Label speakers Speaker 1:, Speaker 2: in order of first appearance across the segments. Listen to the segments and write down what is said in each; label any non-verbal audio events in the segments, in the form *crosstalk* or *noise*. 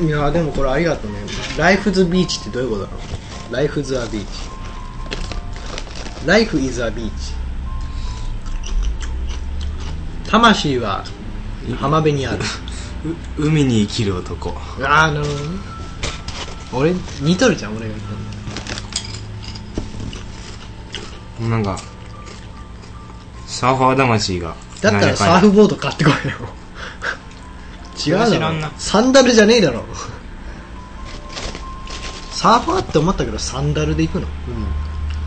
Speaker 1: いやでもこれありがとうねライフズビーチってどういうことなのライフズアビーチライフイズアビーチ魂は浜辺にある
Speaker 2: う海に生きる男
Speaker 1: ああなるほどね俺似とるじゃん俺が言ったんだ
Speaker 2: なんかサーファー魂が
Speaker 1: だったらサー
Speaker 2: フ
Speaker 1: フボード買ってこいよ違
Speaker 2: それ
Speaker 1: う
Speaker 2: 知らん
Speaker 1: だ
Speaker 2: な
Speaker 1: ろサンダルじゃねえだろサーファーって思ったけどサンダルで行くのうん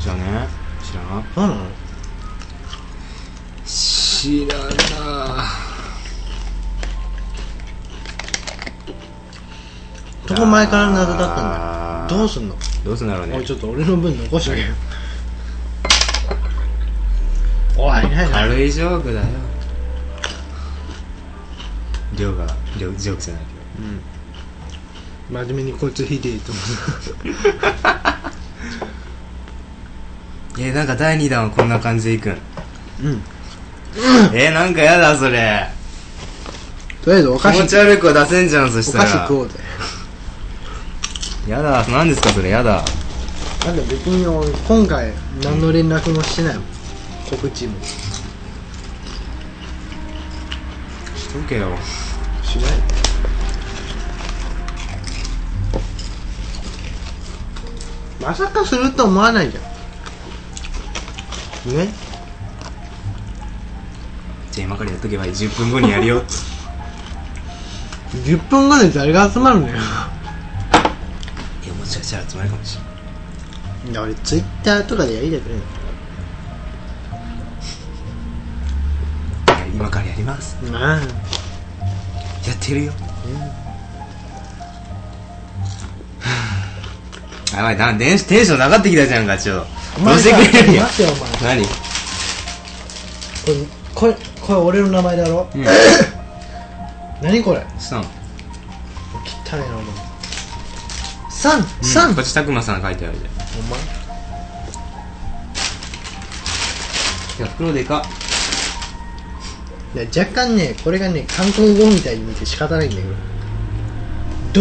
Speaker 2: じゃね知らな
Speaker 1: 何なの
Speaker 2: 知らな
Speaker 1: そこ前から謎だったん
Speaker 2: あ
Speaker 1: だ
Speaker 2: ー
Speaker 1: よどうすんの
Speaker 2: どうすんだろうね
Speaker 1: おいちょっと俺の分残してあげようおい何何
Speaker 2: 軽いジョークだよジョークがジョークジョークじゃない
Speaker 1: うん真面目にこいつ引いていいと思
Speaker 2: けどえなんか第2弾はこんな感じでいくん
Speaker 1: ううん
Speaker 2: えなんかやだそれ
Speaker 1: とりあえずお
Speaker 2: 気
Speaker 1: 菓子
Speaker 2: 持ち悪い声出せんじゃんそし
Speaker 1: お
Speaker 2: た
Speaker 1: 菓子
Speaker 2: ら
Speaker 1: 食おうぜ
Speaker 2: やだ何ですかそれやだ
Speaker 1: なんか別に俺今回何の連絡もしてないもん告知も
Speaker 2: しとけよ
Speaker 1: しないまさかすると思わないじゃんね
Speaker 2: じゃあ今からやっとけばいい10分後にやるよ
Speaker 1: 10分後で誰が集まるのよ
Speaker 2: いやもしかしたら集まるかもしれない
Speaker 1: いや俺ツイッターとかでやりたくない
Speaker 2: いや今からやります
Speaker 1: なあ
Speaker 2: やってるよあやばいな電子テンション上がってきたじゃんかちょっとどうしてくれるんや
Speaker 1: 待てよお前
Speaker 2: 何
Speaker 1: これこれこれ俺の名前だろ、
Speaker 2: うん
Speaker 1: *coughs* 何これ
Speaker 2: さん
Speaker 1: 汚いなお前サンサン、
Speaker 2: こっちたくまさん書いてあるで
Speaker 1: お前
Speaker 2: いや袋でか
Speaker 1: いや若干ねこれがね韓国語みたいに見て仕方ないんだけど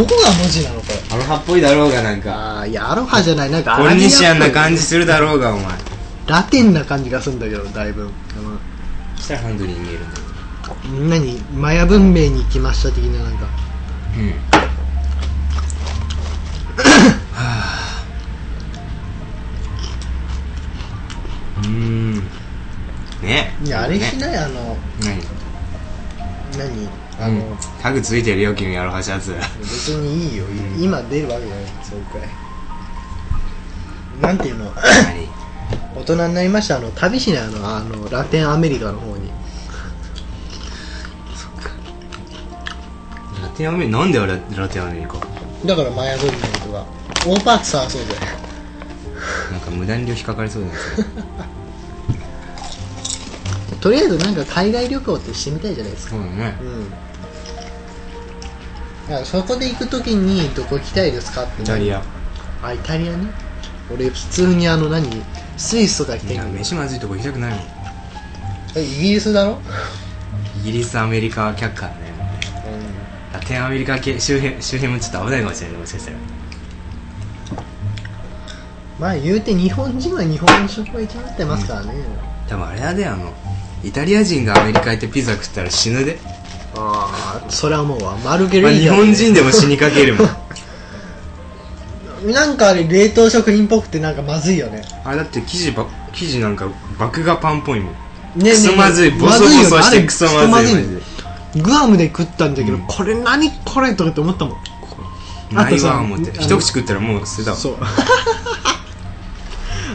Speaker 1: どこが文字なのこれ
Speaker 2: アロハっぽいだろうがなんか
Speaker 1: ああいやアロハじゃないなんか
Speaker 2: ポルニシアンな感
Speaker 1: じ
Speaker 2: じするだろうがお前
Speaker 1: ラテンな感じがするんだけどだいぶあ
Speaker 2: そしたらハンドに見えるんだよ
Speaker 1: の何マヤ文明に行きました的ななんか
Speaker 2: うんはぁうー *laughs* んね
Speaker 1: いやあれ
Speaker 2: ね
Speaker 1: しないあの
Speaker 2: 何
Speaker 1: 何あ
Speaker 2: あ
Speaker 1: の、
Speaker 2: のタグついてるよ君アロハシャツ
Speaker 1: 別にいいよ、
Speaker 2: ん
Speaker 1: 今出るわけじゃないそうくらいなんていうの
Speaker 2: 何
Speaker 1: 大人になりましたあの旅しないあのあのラテンアメリカの方に
Speaker 2: ラテンアメリカなんであれラテンアメリカ
Speaker 1: だからマヤ文明とかオーパーツ探そうぜ
Speaker 2: なんか無駄に量引っかかりそうじゃないですか
Speaker 1: とりあえずなんか海外旅行ってしてみたいじゃないですか
Speaker 2: そうだね
Speaker 1: うんだからそこで行く時にどこ行きたいですかって
Speaker 2: イタリア
Speaker 1: あイタリアね俺普通にあの何スイスとか行きた
Speaker 2: い
Speaker 1: い
Speaker 2: や
Speaker 1: んだ
Speaker 2: 飯まずいとこ行きたくないもん
Speaker 1: えイギリスだろ
Speaker 2: イギリスアメリカは却下だねラテンアメリカ系周辺周辺もちょっと危ないかもしれないもしかしたら
Speaker 1: まあ言うて日本人は日本食が一番合ってますからね、
Speaker 2: 多分あれやであのイタリア人がアメリカ行ってピザ食ったら死ぬで、
Speaker 1: ああそれはもうわマルゲリ
Speaker 2: まあ、
Speaker 1: ー
Speaker 2: 日
Speaker 1: タ
Speaker 2: 本人でも死にかけ *laughs* るもん
Speaker 1: なんかあれ冷凍食品っぽくてなんかまずいよね
Speaker 2: あれだって生地ば生地なんか麦芽パンっぽいもん
Speaker 1: ね
Speaker 2: クソまずいボソボ
Speaker 1: まずいよ
Speaker 2: ソ
Speaker 1: ね
Speaker 2: し
Speaker 1: あれ
Speaker 2: てクソまずいマ
Speaker 1: ク
Speaker 2: ジで
Speaker 1: いグアムで食ったんだけど、
Speaker 2: うん
Speaker 1: これ何これとかって思ったもんあ
Speaker 2: な
Speaker 1: と
Speaker 2: い
Speaker 1: さ
Speaker 2: わ思って
Speaker 1: あの
Speaker 2: 一口食ったらもう捨てたわ
Speaker 1: そう *laughs*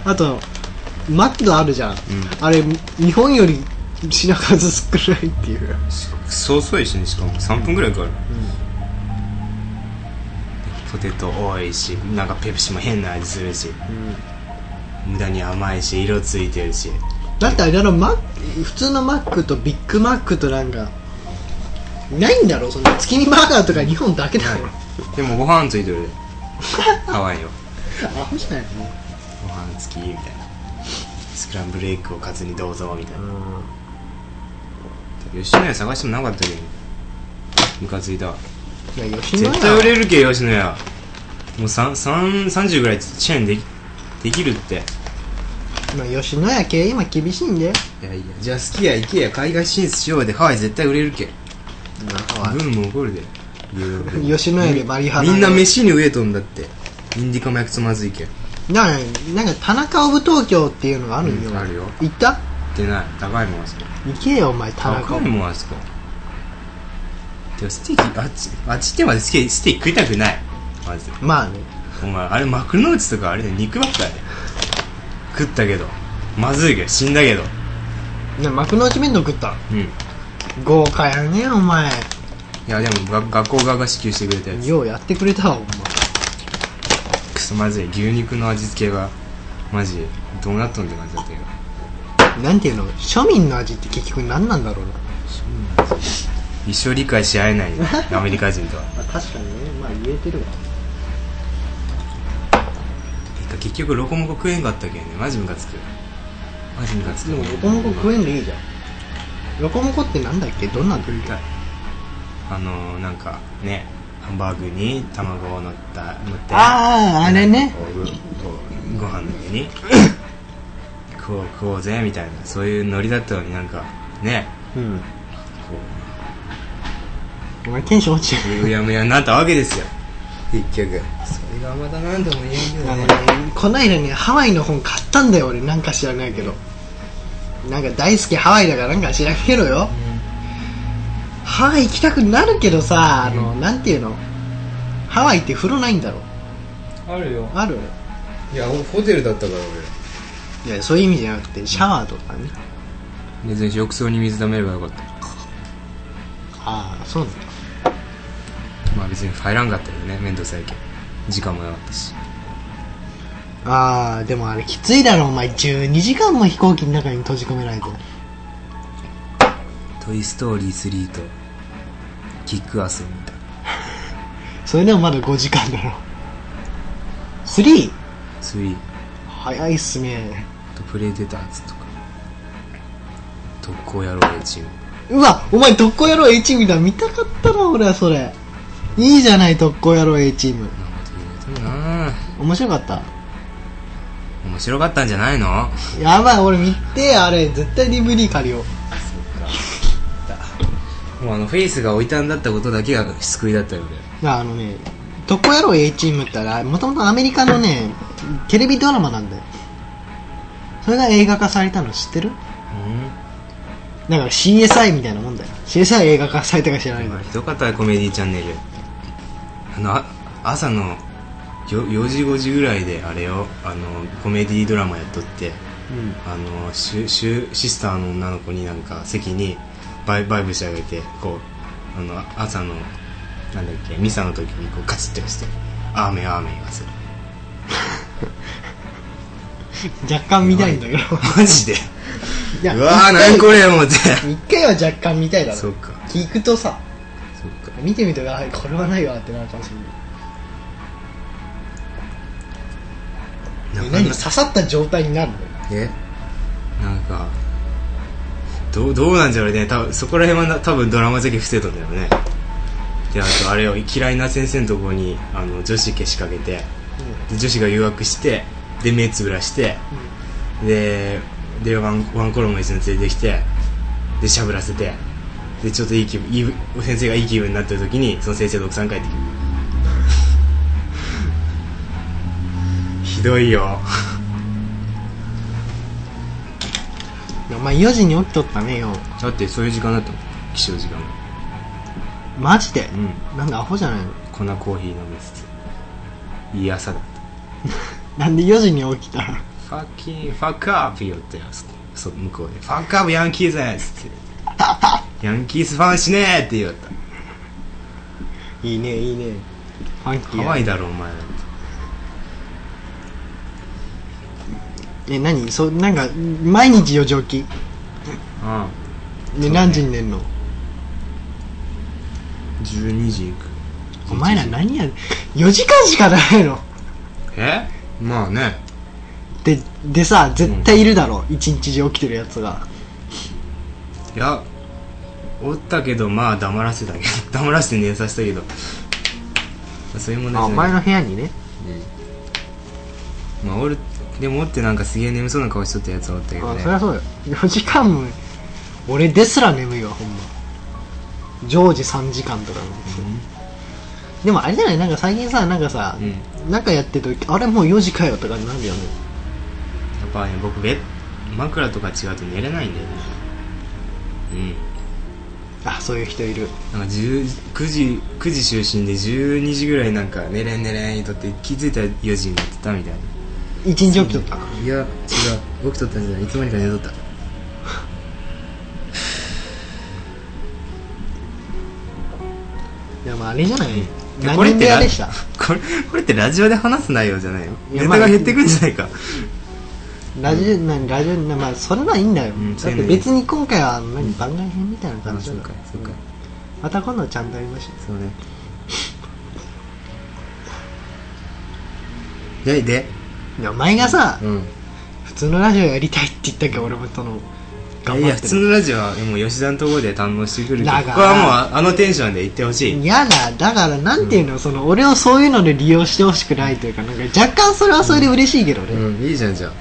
Speaker 1: あとマッドあるじゃん、あれ日本より品数少ないっていう
Speaker 2: クソ遅いしねしかも3分ぐらいかかる、ポテト多いしなんかペプシも変な味するし無駄に甘いし色ついてるし
Speaker 1: だってあれだろマッ普通のマックとビッグマックとなんかないんだろそんな月見バーガーとか日本だけだろ
Speaker 2: でもご飯ついてる *laughs* でハワイよ
Speaker 1: アホじゃないの
Speaker 2: ご飯付きみたいなスクランブルエッグをカツにどうぞみたいな、吉野家探してもなかったけどムカついたわ
Speaker 1: いや吉野
Speaker 2: 絶対売
Speaker 1: 家
Speaker 2: れるけ吉野家もうさんさん30ぐらいチェーンできできるって
Speaker 1: まあ吉野家系今厳しいんで
Speaker 2: いやいやじゃあ好きや行けや海外進出しようでハワイ絶対売れるけ軍も怒るで
Speaker 1: 吉野家でバリハラ
Speaker 2: みんな飯に飢えとんだってインディカも焼くつまずいけん
Speaker 1: ななんか田中オブ東京っていうのがあるんよ、
Speaker 2: うんあるよ
Speaker 1: 行った
Speaker 2: ってない高いもんあそこ
Speaker 1: 行けよお前田中
Speaker 2: 高いもんあそこてかステーキあっちあっち行ってまでステステーキ食いたくないまず
Speaker 1: まあね
Speaker 2: お前あれ幕の内とかあれで肉ばっかやで食ったけどまずいけど死んだけど
Speaker 1: ね幕の内弁当食った
Speaker 2: うんい
Speaker 1: 豪華やねお前
Speaker 2: やでもが学校側が支給してくれたやつ
Speaker 1: ようやってくれたわお前
Speaker 2: くそまずい牛肉の味付けがマジどうなっとんって感じだったけど
Speaker 1: なんていうの庶民の味って結局何なんだろうな
Speaker 2: 一生理解し合え *laughs* ないねアメリカ人とは
Speaker 1: まあ確かにねまあ言えてるわ
Speaker 2: てか結局ロコモコ食えんかったけんねマジムカつくマジムカつく
Speaker 1: でもロコモコ食えんでいいじゃんロコモコってなんだっけどんなの食いたい
Speaker 2: あのー、なんかねハンバーグに卵を乗った乗って
Speaker 1: あああれね
Speaker 2: こうごご飯の
Speaker 1: *laughs*
Speaker 2: 上に食おう食おうぜみたいなそういうノリだったのになんかね
Speaker 1: うん
Speaker 2: こ
Speaker 1: お前テンション落ちて
Speaker 2: ううやむやになったわけですよ結局それがまた何度も言えんけ
Speaker 1: るあのねこないだねハワイの本買ったんだよ俺なんか知らないけどなんか大好きハワイだからなんか知らんけどよハワイ行きたくなるけどさあのなんていうのハワイって風呂ないんだろ
Speaker 2: あるよ
Speaker 1: ある
Speaker 2: いやホテルだったから
Speaker 1: いやそういう意味じゃなくてシャワーとかね
Speaker 2: 俺別に浴槽に水溜めればよかった
Speaker 1: ああそうなんだ
Speaker 2: まあ別に入らんかったけどね面倒くさいけど時間もなかったし
Speaker 1: ああでもあれきついだろお前12時間も飛行機の中に閉じ込められて
Speaker 2: 「トイ・ストーリー3」と「キックアス」みたいな
Speaker 1: それでもまだ5時間だろ 3?
Speaker 2: 3
Speaker 1: 早いっすね
Speaker 2: と「プレイ・デターズ」とか「特攻野郎 A チーム
Speaker 1: うわお前特攻野郎 A チームだ見たかったな俺はそれいいじゃない特攻野郎 A チーム」
Speaker 2: なんかと言うな
Speaker 1: 面白かった
Speaker 2: 面白かったんじゃないの
Speaker 1: やばい俺見てあれ絶対 DVD 借りよう
Speaker 2: もうあのフェイスが置いたんだったことだけが救いだったよね
Speaker 1: あのね特攻野郎 A チームってあれもともとアメリカのねテレビドラマなんだよそれが映画化されたの知ってるだから CSI みたいなもんだよ CSI 映画化されたか知らないけど
Speaker 2: 今ひどかったよコメディチャンネルあのあ朝のよ4時5時ぐらいであれをあのコメディドラマやっとって
Speaker 1: う
Speaker 2: あのシュシュシスターの女の子になんか席にバイバイブしてあげてこうあの朝のなんだっけミサの時にこうカチッと押して「アーメンアーメン」言わせる
Speaker 1: ん、若干見たいんだけど
Speaker 2: マジで
Speaker 1: いや
Speaker 2: うわー
Speaker 1: 一回
Speaker 2: 何これ
Speaker 1: *laughs*
Speaker 2: 思って
Speaker 1: 一回は若干見たいだ
Speaker 2: そ
Speaker 1: ろ
Speaker 2: うか
Speaker 1: 聞くとさ
Speaker 2: そっか
Speaker 1: 見てみたらあこれはないわってなるかもしれない
Speaker 2: なん
Speaker 1: え
Speaker 2: か
Speaker 1: 何刺さった状態になるの
Speaker 2: えなんかどうどうなんじゃろうね多分そこら辺はな多分ドラマ好き伏せとんだよねであとあれを嫌いな先生のとこにあの女子けしかけてで女子が誘惑してで目つぶらしてででワンワンコロも一緒に連れてきてでしゃぶらせてでちょっといい気分いい先生がいい気分になってる時にその先生の奥さん帰ってくるひどいよ
Speaker 1: うんお前4時に起きとったねよ
Speaker 2: だってそういう時間だったもん起床時間
Speaker 1: マジで
Speaker 2: う、ん
Speaker 1: なんだアホじゃないの
Speaker 2: 粉コーヒー飲みつついい朝だった
Speaker 1: なんで4時に起きたの
Speaker 2: ファッキンファックアップよってやつそ向こうで「ファックアップヤンキーズ!」っつって「ヤンキースファンしねえ!」って言われた
Speaker 1: いいねいいねファンキー
Speaker 2: ハワ
Speaker 1: や
Speaker 2: イだろお前なんて
Speaker 1: え何そうなんか毎日4時起
Speaker 2: あ
Speaker 1: きで何時に寝るの
Speaker 2: あ12時行く
Speaker 1: お前ら何や4時間しかないの
Speaker 2: えまあね
Speaker 1: ででさ絶対いるだろ、一日中起きてるやつが
Speaker 2: いやおったけどまあ黙らせたけど *laughs* 黙らせて寝させたけどまあそういうもんです
Speaker 1: あ
Speaker 2: よ
Speaker 1: お
Speaker 2: ね
Speaker 1: 前の部屋にね
Speaker 2: まあおるでもおってなんかすげえ眠そうな顔しとったやつはおったけど
Speaker 1: あ
Speaker 2: ね
Speaker 1: そりゃそうよ4時間も俺ですら眠いわほんま常時3時間とかなんですよでもあれじゃないなんか最近さなんかさ、
Speaker 2: う
Speaker 1: なんかやってるとあれもう4時かよとかになるよね
Speaker 2: やっぱね僕ベッ枕とか違うと寝れないんだよねうん
Speaker 1: あそういう人いる
Speaker 2: なんか10 9時9時就寝で12時ぐらいなんか寝れん寝れん言うとって気づいたら4時になってたみたいな
Speaker 1: 一日起きとった
Speaker 2: いや違う起きとったんじゃないいつまにか寝とった
Speaker 1: でもあれじゃない
Speaker 2: いや
Speaker 1: 何部屋でした
Speaker 2: これこれってラジ *laughs* オで話す内容じゃないよ
Speaker 1: いや
Speaker 2: ネタが減ってくんじゃないか、
Speaker 1: ラジオ何ラジオなまあそれはいいんだよ、
Speaker 2: ん
Speaker 1: だって別に今回は何番外編みたいな
Speaker 2: あ
Speaker 1: 感じ
Speaker 2: そ
Speaker 1: だ
Speaker 2: う
Speaker 1: か
Speaker 2: からそうか
Speaker 1: また今度ちゃんとやりましょ
Speaker 2: そうねでで
Speaker 1: ういやお前がさ、
Speaker 2: うん
Speaker 1: 普通のラジオやりたいって言ったけど俺もその頑
Speaker 2: い
Speaker 1: 張
Speaker 2: や
Speaker 1: っ
Speaker 2: 普
Speaker 1: て
Speaker 2: 通
Speaker 1: る
Speaker 2: のラジオはもう吉田のところで堪能してくるけど
Speaker 1: だから
Speaker 2: ここはもうああのテンションで行ってほしい
Speaker 1: いやだだからなんていうの、その俺をそういうので利用してほしくないというかなんか若干それはそれで嬉しいけどね、
Speaker 2: うんいいじゃんじゃあ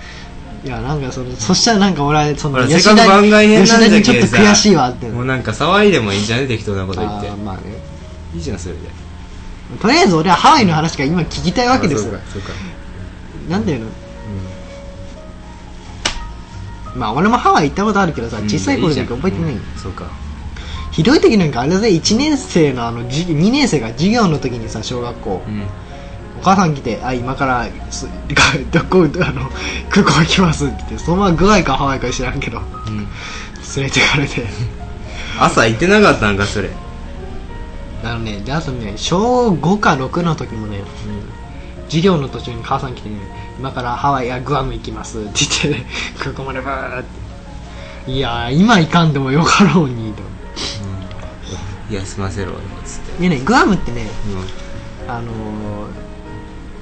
Speaker 1: いやなんかそのそしたらなんか俺はそ
Speaker 2: ほ
Speaker 1: の
Speaker 2: らせっかく番外編
Speaker 1: 吉
Speaker 2: な
Speaker 1: 田
Speaker 2: んだ
Speaker 1: にちょ
Speaker 2: け
Speaker 1: っ
Speaker 2: ど
Speaker 1: と
Speaker 2: さ
Speaker 1: 悔しいわって
Speaker 2: もうなんか騒いでもいいんじゃね適当なこと言って
Speaker 1: あーまあね
Speaker 2: いいじゃんそれで
Speaker 1: とりあえず俺はハワイの話が今聞きたいわけです
Speaker 2: あ
Speaker 1: よ
Speaker 2: そうかそうか
Speaker 1: なんていうのまあ俺もハワイ行ったことあるけどさ
Speaker 2: うん
Speaker 1: 小さい頃だけ
Speaker 2: うん
Speaker 1: 覚えてない、
Speaker 2: うんそうか
Speaker 1: ひどい時なんかあれだぜ1年生のあのじ2年生が授業の時にさ小学校、
Speaker 2: うん
Speaker 1: お母さん来て「あ今からすどこあの空港行きます」って言ってそのまま具合かハワイか知らんけど
Speaker 2: うん
Speaker 1: 連れてかれて
Speaker 2: 朝行ってなかったんかそれ
Speaker 1: あのねであとね小5か6の時もね授業の途中に母さん来てね今からハワイやグアム行きますって言って、ね、空港までバーっていやー今行かんでもよかろうにと
Speaker 2: 休ませろよつって
Speaker 1: でねグアムってね
Speaker 2: うん
Speaker 1: あのー、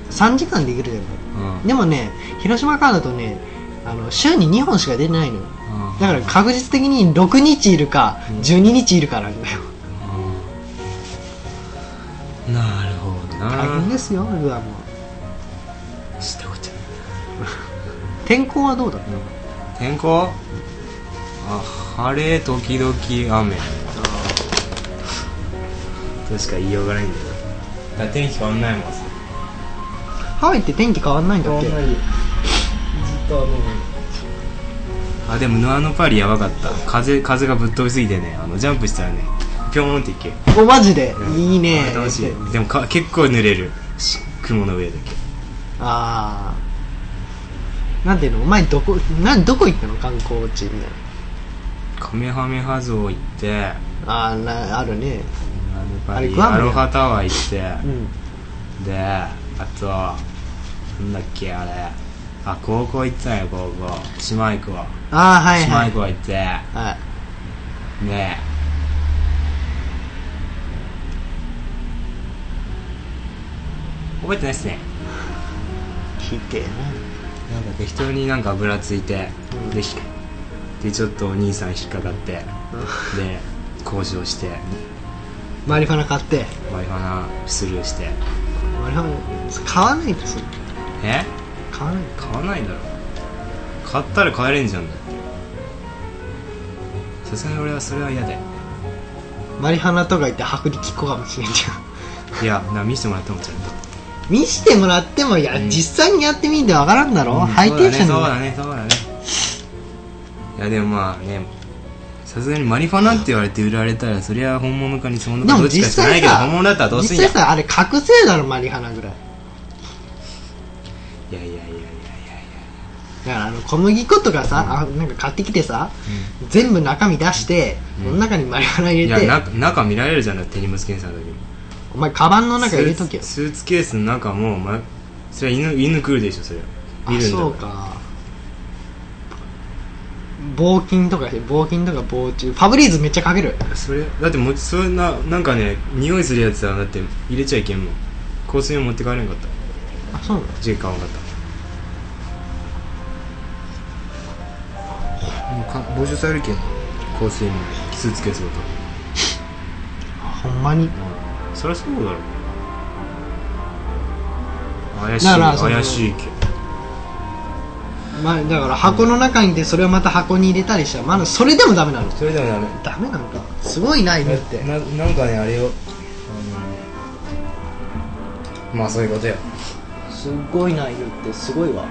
Speaker 1: 3時間で行けるじゃない
Speaker 2: うん
Speaker 1: でもね広島からだとねあの週に2本しか出てないのよ
Speaker 2: うん
Speaker 1: だから確実的に6日いるか
Speaker 2: うん
Speaker 1: 12日いるかなんだよ
Speaker 2: うんなるほど
Speaker 1: 大変
Speaker 2: な
Speaker 1: ですよグアムは
Speaker 2: 知ったことない
Speaker 1: 天候はどうだったの
Speaker 2: 天候あ晴れ時々雨としか言いようがないんだよだから天気変わんないもん
Speaker 1: ハワイって天気変わんないんだっけ
Speaker 2: ずっとあでもノアのパリやばかった風風がぶっ飛びすぎてねあのジャンプしたらねピョーンっていけ
Speaker 1: おマジでいい
Speaker 2: あ
Speaker 1: ね
Speaker 2: れ楽しいでもか結構濡れるし雲の上だけ
Speaker 1: ああなんていうのお前どこなんどこ行ったの観光地みたい
Speaker 2: カメハメハ像行って
Speaker 1: なあーなあるね
Speaker 2: ノアの
Speaker 1: あ
Speaker 2: パ
Speaker 1: れ
Speaker 2: リ
Speaker 1: グアムだ
Speaker 2: ア
Speaker 1: よ
Speaker 2: ロハタワー行っ
Speaker 1: う
Speaker 2: て
Speaker 1: ん
Speaker 2: であとなんだっけあれあ高校行ったんよ高校島行くわ
Speaker 1: ああはいはい
Speaker 2: 島行くわ行って
Speaker 1: はい
Speaker 2: ねえ覚えてないっすね
Speaker 1: 聞いてえな
Speaker 2: なんか適当になんか油ついて
Speaker 1: うん
Speaker 2: でひでちょっとお兄さん引っかかってで交渉して
Speaker 1: マリファナ買って
Speaker 2: ワイファナスルーして
Speaker 1: マリファナ買わないとそれ
Speaker 2: え
Speaker 1: 買わない
Speaker 2: 買わないだろ買ったら買えれんじゃんだってさすがに俺はそれは嫌だよ
Speaker 1: マリファナとか言って薄利きっこかもしれんじゃん
Speaker 2: いやな見せてもらってもちゃんと
Speaker 1: 見してもらってもいや、
Speaker 2: うん
Speaker 1: 実際にやってみんでわからんだろ、
Speaker 2: うん
Speaker 1: ハイテンション
Speaker 2: そう
Speaker 1: の
Speaker 2: だねそうだねそうだねいやでもまあねさすがにマリファナって言われて売られたらそりゃ本物か偽物
Speaker 1: で
Speaker 2: かど
Speaker 1: も
Speaker 2: っちかし
Speaker 1: 実
Speaker 2: かない
Speaker 1: 際
Speaker 2: けど
Speaker 1: さ
Speaker 2: 本物だったらどうす
Speaker 1: 実
Speaker 2: んや
Speaker 1: 際さあれ覚醒だろマリハナぐらい
Speaker 2: いやいやいやいやいやいや
Speaker 1: だからあの小麦粉とかさ、あなんか買ってきてさ、全部中身出して、
Speaker 2: うん
Speaker 1: その中にマリハナ入
Speaker 2: い
Speaker 1: れて、
Speaker 2: やな中見られるじゃん手荷物検査の時に
Speaker 1: お前カバンの中入れとけよ
Speaker 2: スーツスーツケースの中も、ま、それは犬犬来るでしょそれは見
Speaker 1: あ
Speaker 2: るんだ
Speaker 1: そうか棒金とかして棒金とか棒中ファブリーズめっちゃかける
Speaker 2: それだってもうそんななんかね匂いするやつはだって入れちゃいけんもん香水も持って帰れんかった
Speaker 1: あそうなの
Speaker 2: 時間わかったもうか防除されるけん香水もスーツケースごと
Speaker 1: ほんまに
Speaker 2: うんそりゃそうだろう怪しい
Speaker 1: だからその
Speaker 2: 怪しいけど
Speaker 1: まあだから箱の中にいてそれをまた箱に入れたりしたらまだそれでもダメなの
Speaker 2: それでもダメ
Speaker 1: ダメなんかすごいな犬って
Speaker 2: ななんかねあれよあのまあそういうことよ
Speaker 1: すごいな犬ってすごいわ